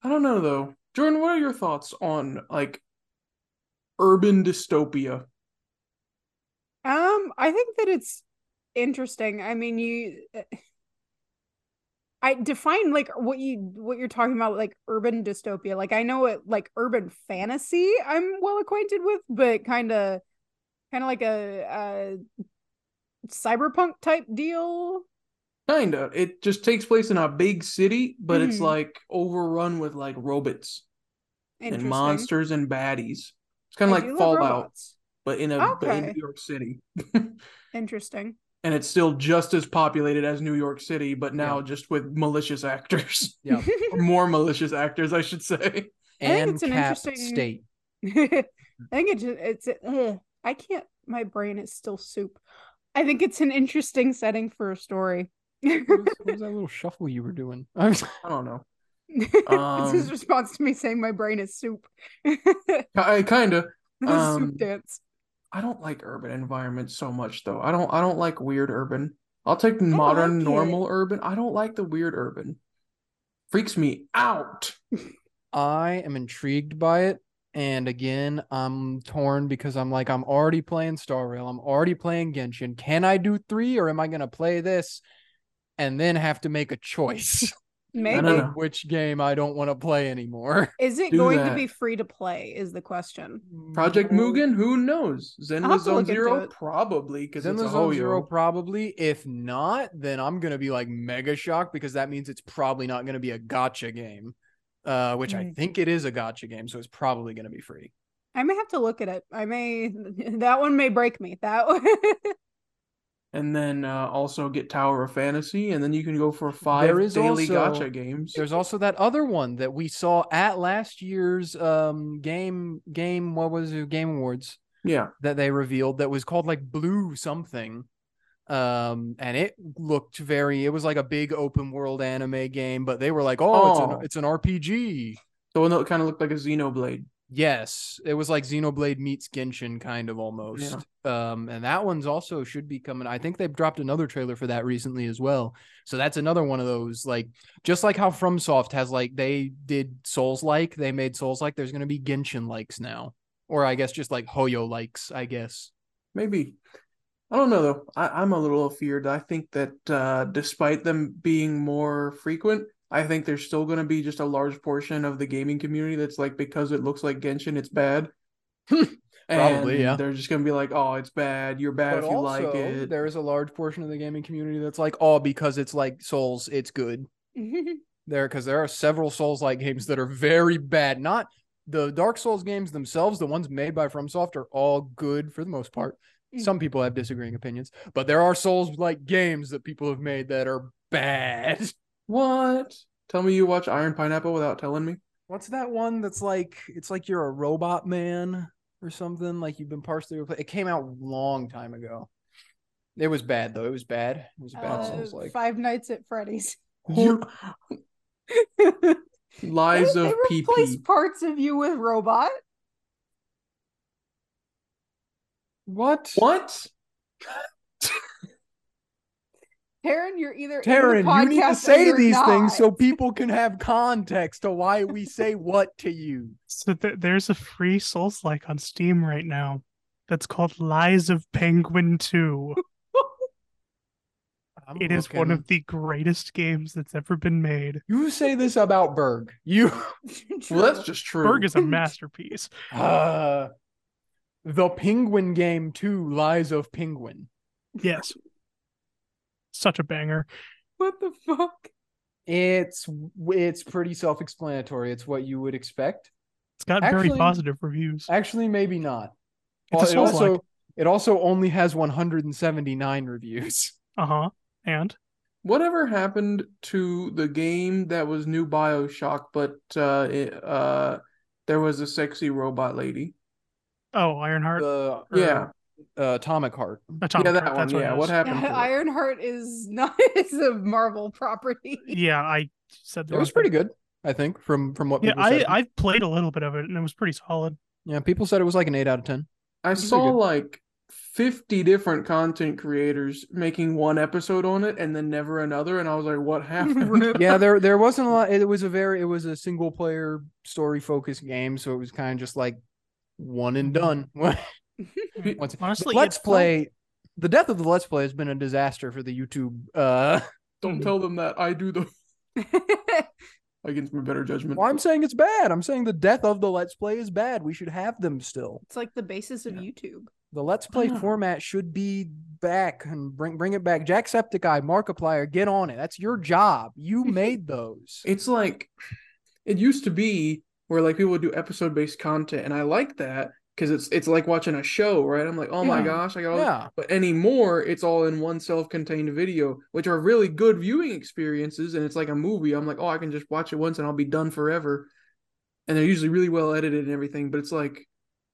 I don't know though. Jordan, what are your thoughts on like urban dystopia? Um, I think that it's interesting. I mean, you I define like what you what you're talking about like urban dystopia. Like I know it like urban fantasy I'm well acquainted with, but kind of kind of like a, a cyberpunk type deal. Kinda. It just takes place in a big city, but it's Mhm. like overrun with like robots and Interesting. monsters and baddies. It's kind I of do love like Fallout, robots. but in a in Okay. New York City. Interesting. and it's still just as populated as New York City, but now Yeah. just with malicious actors. Yeah. Or more malicious actors, I should say. I think And it's an Cap interesting- State. I think it's it's ugh, I can't my brain is still soup. I think it's an interesting setting for a story. What was, what was that little shuffle you were doing? I was- I don't know. it's his Um, response to me saying my brain is soup. The I kinda. Um, soup dance. I don't like urban environments so much though. I don't I don't like weird urban. I'll take like modern it. normal urban. I don't like the weird urban. Freaks me out. I am intrigued by it. And again, I'm torn because I'm like, I'm already playing Star Rail. I'm already playing Genshin. Can I do three or am I gonna play this and then have to make a choice Maybe no, no. which game I don't want to play anymore? is it Do going to that. be free to play? Is the question. Project No. Mugen, who knows? Zen I'll have to was Zone look into Zero, it. probably because it's a Zenless Zone Zero Hoyo. probably. If not, then I'm gonna be like mega shocked because that means it's probably not gonna be a gotcha game, uh, which I Mm-hmm. Mm. think it is a gotcha game, so it's probably gonna be free. I may have to look at it. I may that one may break me. That one. And then uh, also get Tower of Fantasy, and then you can go for five There is daily also- gotcha games. There's also that other one that we saw at last year's um game game what was it game awards Yeah. that they revealed that was called like blue something. Um and it looked very it was like a big open world anime game, but they were like, oh. Oh. it's an it's an RPG. The one that kind of looked like a Xenoblade. Yes, it was like Xenoblade meets Genshin kind of almost. Um and that one's also should be coming. I think they've dropped another trailer for that recently as well. So that's another one of those like just like how FromSoft has like they did Souls like, they made Souls like there's going to be Genshin likes now. Or I guess just like Hoyo likes, I guess. Maybe. I don't know though. I, I'm a little feared. I think that uh, despite them being more frequent, I think there's still going to be just a large portion of the gaming community that's like because it looks like Genshin, it's bad. Probably, And yeah. They're just going to be like, "Oh, it's bad. You're bad But if you like also, it." there is a large portion of the gaming community that's like, oh, because it's like Souls, it's good. There, because there are several Souls-like games that are very bad. Not the Dark Souls games themselves; the ones made by FromSoft are all good for the most part. Mm. Some people have disagreeing opinions, but there are Souls-like games that people have made that are bad. What? Tell me you watch Iron Pineapple without telling me. What's that one that's like? It's like you're a robot man or something. Like you've been partially replaced. It came out long time ago. It was bad though. It was bad. It was a bad. Uh, Souls like. Five Nights at Freddy's. You lies they, of they PP. replace parts of you with robot. What? What? Taryn, you're either in the Taryn, you need podcast or to say you're these not. things so people can have context to why we say what to you. So th- there's a free Souls like on Steam right now that's called Lies of Penguin 2. I'm It is one looking. of the greatest games that's ever been made. you say this about Berg. You Well, that's just true. Berg is a masterpiece. uh the penguin game too, Lies of Penguin. Yes. Such a banger. what the fuck? It's it's pretty self-explanatory. It's what you would expect. It's got Actually- very positive reviews. Actually, maybe not. It's a Well, it Souls like. also it also only has 179 reviews. Uh huh. And Whatever happened to the game that was new Bioshock, but uh, it, uh, there was a sexy robot lady. oh, Ironheart. The or yeah, uh, Atomic Heart. Atomic yeah, that Heart, one. that's Yeah, it what is. happened? to it? Ironheart is not it's a Marvel property. Yeah, I said It was pretty good, I think, from from what Yeah, people said. I, I've played a little bit of it and it was pretty solid. Yeah, people said it was like an eight out of ten. I pretty saw good. like 50 different content creators making one episode on it and then never another, and I was like, what happened? Rip. Yeah, there there wasn't a lot. It was a very it was a single player story focused game, so it was kind of just like one and done. Once- Honestly, let's it felt- play. The death of the Let's Play has been a disaster for the YouTube. Uh, Don't tell them that I do the against my better judgment. well, I'm saying it's bad. I'm saying the death of the Let's Play is bad. We should have them still. it's like the basis of YouTube. The Let's Play Ah. format should be back and bring bring it back. Jacksepticeye, Markiplier, get on it. That's your job. You made those. it's like it used to be where like people would do episode based content, and I like that because it's it's like watching a show, right? I'm like, oh my Yeah. gosh, I got all this Yeah. but anymore it's all in one self-contained video which are really good viewing experiences and it's like a movie i'm like oh i can just watch it once and i'll be done forever and they're usually really well edited and everything but it's like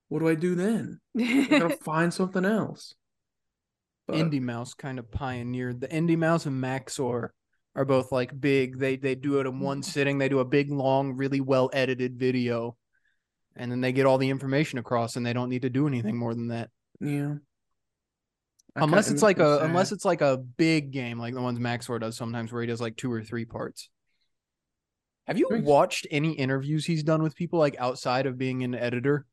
what do i do then i gotta find something else but Indie Mouse kind of pioneered the Indie Mouse and Maxor are both like big. They they do it in Mm. one sitting. They do a big long, really well edited video, and then they get all the information across, and they don't need to do anything more than that. yeah I unless kinda- it's it like makes me a sad. unless it's like a big game, like the ones Maxor does sometimes, where he does like two or three parts. Have you Nice. watched any interviews he's done with people like outside of being an editor?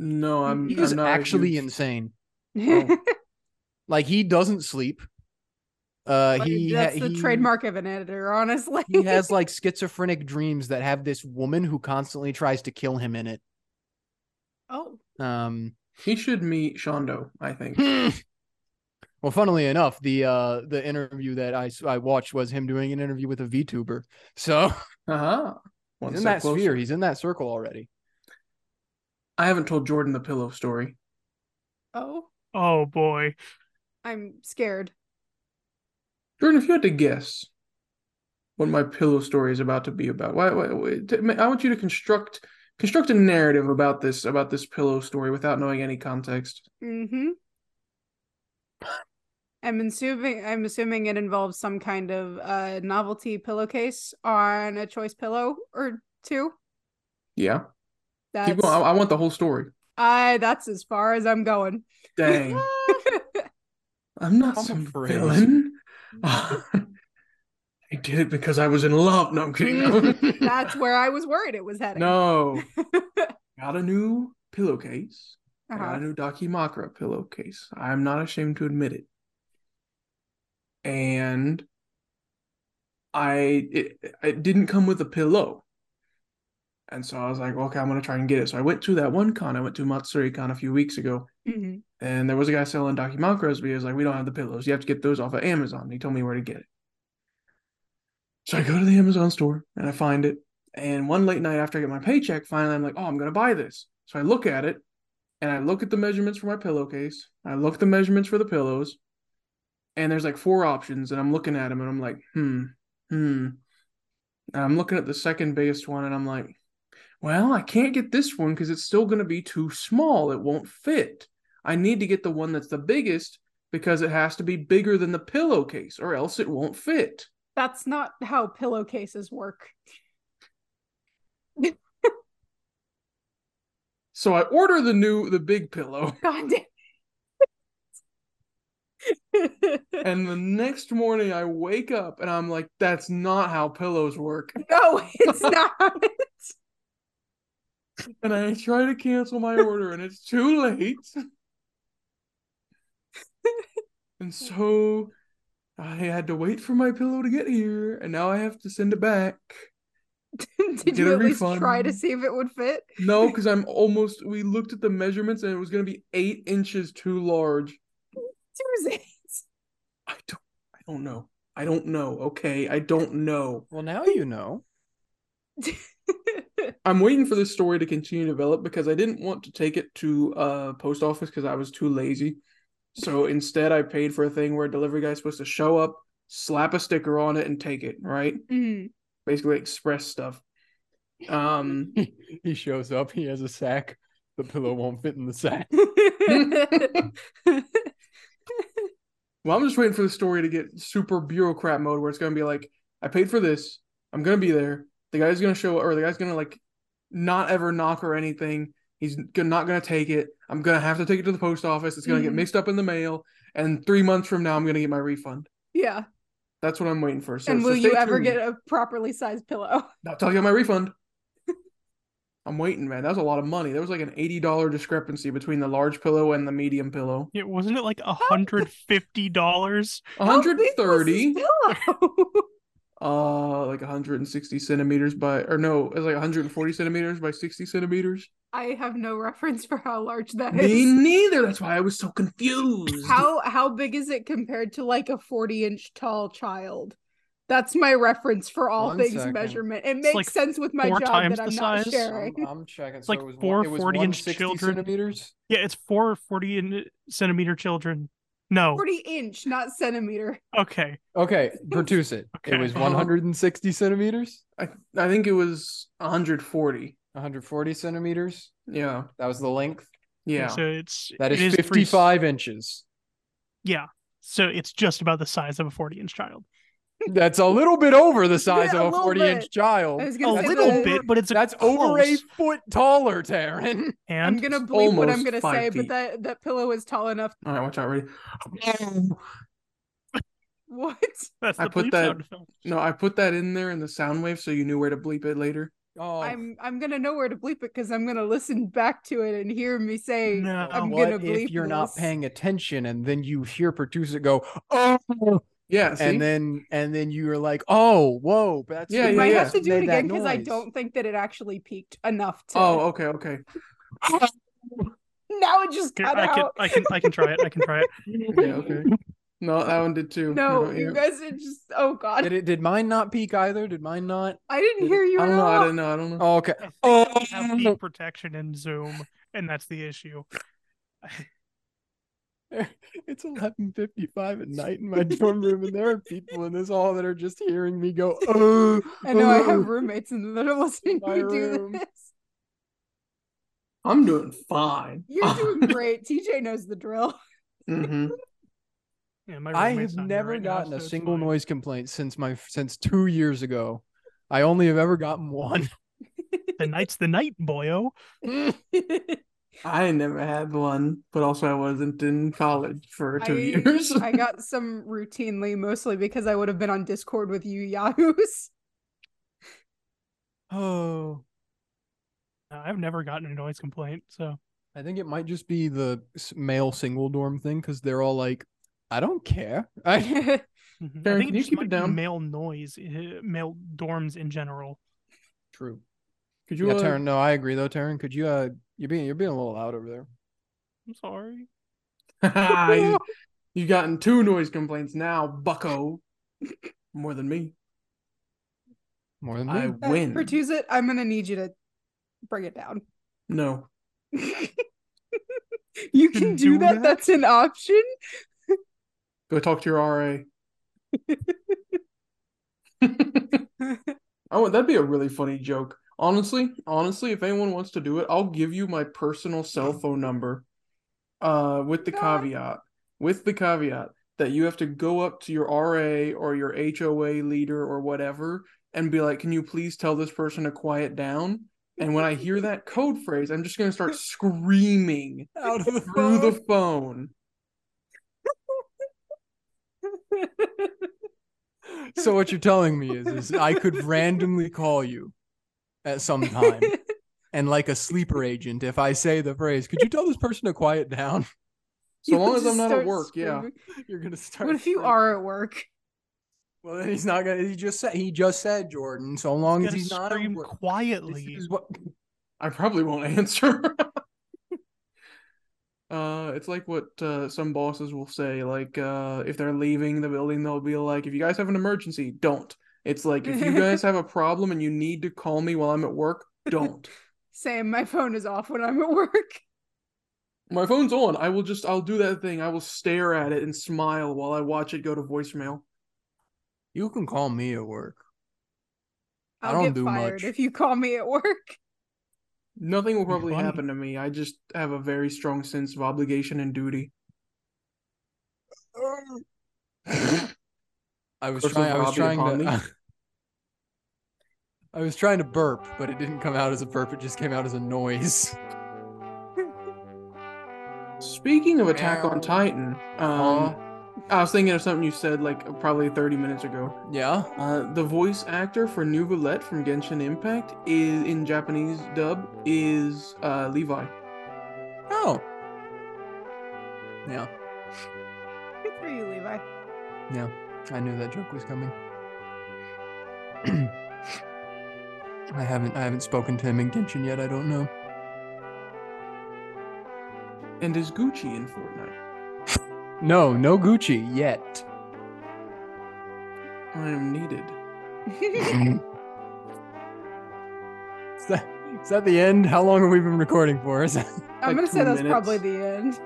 no i'm, He is I'm not a actually huge- insane. Oh, Like he doesn't sleep. Uh, Like, he that's ha- the he- trademark of an editor, honestly. he has like schizophrenic dreams that have this woman who constantly tries to kill him in it. oh, Um, he should meet shondo i think Hmm. well, funnily enough, the uh the interview that I s- I watched was him doing an interview with a VTuber. So uh-huh One he's in step that closer. sphere, he's in that circle already. i haven't told jordan the pillow story oh, Oh boy. I'm scared. Jordan, if you had to guess what my pillow story is about to be about, why, why, why- t- ma- I want you to construct construct a narrative about this about this pillow story without knowing any context. Mm-hmm. I'm assuming I'm assuming it involves some kind of uh, novelty pillowcase on a choice pillow or two. Yeah, That's keep going. I, I want the whole story. I that's as far as I'm going. Dang, I'm not I'm some afraid. villain. I did it because I was in love. No, I'm kidding. that's where I was worried it was heading. no, got a new pillowcase. Uh-huh. I got a new Daki Makra pillowcase. I'm not ashamed to admit it. And I it, it didn't come with a pillow. And so I was like, okay, I'm gonna try and get it. So I went to that one con. I went to Matsuri Con a few weeks ago, hmm and there was a guy selling Daki Makras, but he was like, we don't have the pillows. You have to get those off of Amazon. And he told me where to get it. So I go to the Amazon store and I find it. And one late night after I get my paycheck, finally I'm like, oh, I'm gonna buy this. So I look at it and I look at the measurements for my pillowcase. I look at the measurements for the pillows, and there's like four options, and I'm looking at them and I'm like, hmm, hmm. And I'm looking at the second biggest one and I'm like, well, I can't get this one because it's still gonna be too small. It won't fit. I need to get the one that's the biggest because it has to be bigger than the pillowcase or else it won't fit. That's not how pillowcases work. So I order the new the big pillow. God damn. And the next morning I wake up and I'm like, that's not how pillows work. no, it's not. And I try to cancel my order and it's too late. and so I had to wait for my pillow to get here and now I have to send it back. Did Get you a at least try refund. to see if it would fit? No, because I'm almost we looked at the measurements and it was gonna be eight inches too large. Tuesday. I don't I don't know. I don't know. Okay, I don't know. Well, now you know. I'm waiting for this story to continue to develop because I didn't want to take it to uh post office because I was too lazy. So instead I paid for a thing where a delivery guy's supposed to show up, slap a sticker on it, and take it, right? Mm. Basically express stuff. Um he shows up. He has a sack. The pillow won't fit in the sack. Mm-hmm. Well, I'm just waiting for the story to get super bureaucrat mode where it's gonna be like, I paid for this, I'm gonna be there. The guy's gonna show or the guy's gonna like not ever knock or anything. He's g- not gonna take it. I'm gonna have to take it to the post office. It's gonna get Mhm. mixed up in the mail, and three months from now, I'm gonna get my refund. yeah. That's what I'm waiting for. So, and so will you stay ever tuned. get a properly sized pillow? Not till I get my refund. I'm waiting, man. That was a lot of money. There was like an eighty dollar discrepancy between the large pillow and the medium pillow. Yeah, wasn't it like a hundred fifty dollars? How hundred big was this thirty. pillow? uh like 160 centimeters by or no it's like 140 centimeters by 60 centimeters I have no reference for how large that is. me neither that's why i was so confused How how big is it compared to like a 40 inch tall child? That's my reference for all One things second. measurement. It makes like sense with my four job times that the I'm not size. sharing. I'm, I'm checking. like so it was four one, it was 40 inch 160 children. centimeters. Yeah, it's four 40 in centimeter children. No. 40 inch, not centimeter. Okay. Okay, produce it. Okay. It was Uh-huh. 160 centimeters. I, I think it was 140 140 centimeters. yeah That was the length. yeah So it's That is, it three- 55 inches. yeah. So it's just about the size of a 40 inch child. That's a little bit over the size Yeah, a of a little 40 inch bit. child. I was A gonna say little that- bit, but it's a That's over a close. foot taller, Taryn. I'm And gonna It's believe what I'm almost gonna five say, but feet. that that pillow is tall enough. all right watch out ready What? that's the I put bleep that- sound effect. no i put that in there in the sound wave so you knew where to bleep it later Oh, I'm I'm gonna know where to bleep it because I'm gonna listen back to it and hear me say No. I'm what gonna bleep if you're not this. paying attention and then you hear producer go, oh, yeah see? and then and then you're like, oh, whoa, that's Yeah, I the might way have that to do it made that again because I noise. don't think that it actually peaked enough to oh okay okay now it just Here, cut I can out. I can I can try it. I can try it. yeah okay no that one did too No, yeah. you guys are just oh god. Did it? Did mine not peak either? Did mine not? I didn't Did it- hear you i at don't know i all. don't know i don't know Oh, okay. I think Oh, I have peak protection in Zoom, and that's the issue. It's eleven fifty five at night in my dorm room, and there are people in this hall that are just hearing me go, "Oh, I know I oh." have roommates and they're listening to My me do room. this. i'm doing fine You're doing great. TJ knows the drill. hmm Yeah, my I roommate's have not here never right now, gotten so a it's single fine. noise complaint since my since two years ago. I only have ever gotten one. The night's the night, boyo. I never had one, but also I wasn't in college for I- two years. I got some routinely, mostly because I would have been on Discord with you Yahoos. Oh, No, I've never gotten a noise complaint, so I think it might just be the s- male single dorm thing because they're all like, I don't care. I, Mhm. Darren, I think can you just keep it might be down? Male noise, uh, male dorms in general. True. Could you Yeah, uh, Taryn. No, I agree though, Taryn. Could you? Uh, you're being you're being a little loud over there. I'm sorry. He's- Ah, You've gotten two noise complaints now, bucko. More than me. More than me. I win. Bertuzet, I'm gonna need you to bring it down. No. you can can do, do that. that? That's an option. Go talk to your RA. oh, that'd be a really funny joke. Honestly, honestly, if anyone wants to do it, I'll give you my personal cell phone number. Uh with the God. caveat. With the caveat that you have to go up to your RA or your HOA leader or whatever and be like, "Can you please tell this person to quiet down?" And when I hear that code phrase, I'm just going to start screaming Out of the through the phone. So what you're telling me is, is I could randomly call you at some time, and like a sleeper agent, if I say the phrase, could you tell this person to quiet down? So You'll long as I'm just not start at work, yeah. screaming. You're gonna start. What if you screaming. are at work? Well, then he's not gonna. He just said. He just said Jordan. So long You as gotta he's not at scream work. This quietly. is what. I probably won't answer. uh, it's like what uh, some bosses will say, like uh, if they're leaving the building, they'll be like, "If you guys have an emergency, don't." It's like if you guys have a problem and you need to call me while I'm at work, don't. Sam, my phone is off when I'm at work. My phone's on. I will just I'll do that thing. I will stare at it and smile while I watch it go to voicemail. You can call me at work. I I'll don't get do fired much. if you call me at work. Nothing will Be probably funny. happen to me. I just have a very strong sense of obligation and duty. I was Curse of trying. I was Robbie trying upon to. me. I was trying to burp, but it didn't come out as a burp. It just came out as a noise. Speaking of Attack on Titan, Uh-huh. um, I was thinking of something you said like probably 30 minutes ago. Yeah. Uh, the voice actor for New Roulette from Genshin Impact is in Japanese dub is uh, Levi. Oh. Yeah. Good for you, Levi. I knew that joke was coming. I haven't. I haven't spoken to him in Genshin yet. I don't know. And is Gucci in Fortnite? No. No Gucci yet. I am needed. is that is that the end? How long have we been recording for? Is that I'm Like gonna say two that's probably minutes. the end.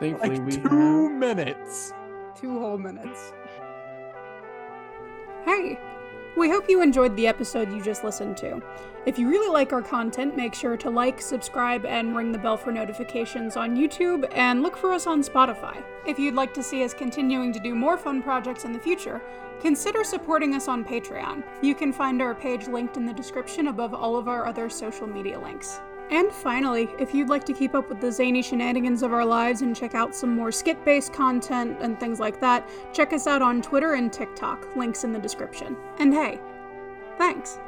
Thankfully, like we two minutes? Two whole minutes. Hey, we hope you enjoyed the episode you just listened to. If you really like our content, make sure to like, subscribe, and ring the bell for notifications on YouTube, and look for us on Spotify. If you'd like to see us continuing to do more fun projects in the future, consider supporting us on Patreon. You can find our page linked in the description above all of our other social media links. And finally, if you'd like to keep up with the zany shenanigans of our lives and check out some more skit based content and things like that, check us out on Twitter and TikTok, links in the description. And hey, thanks!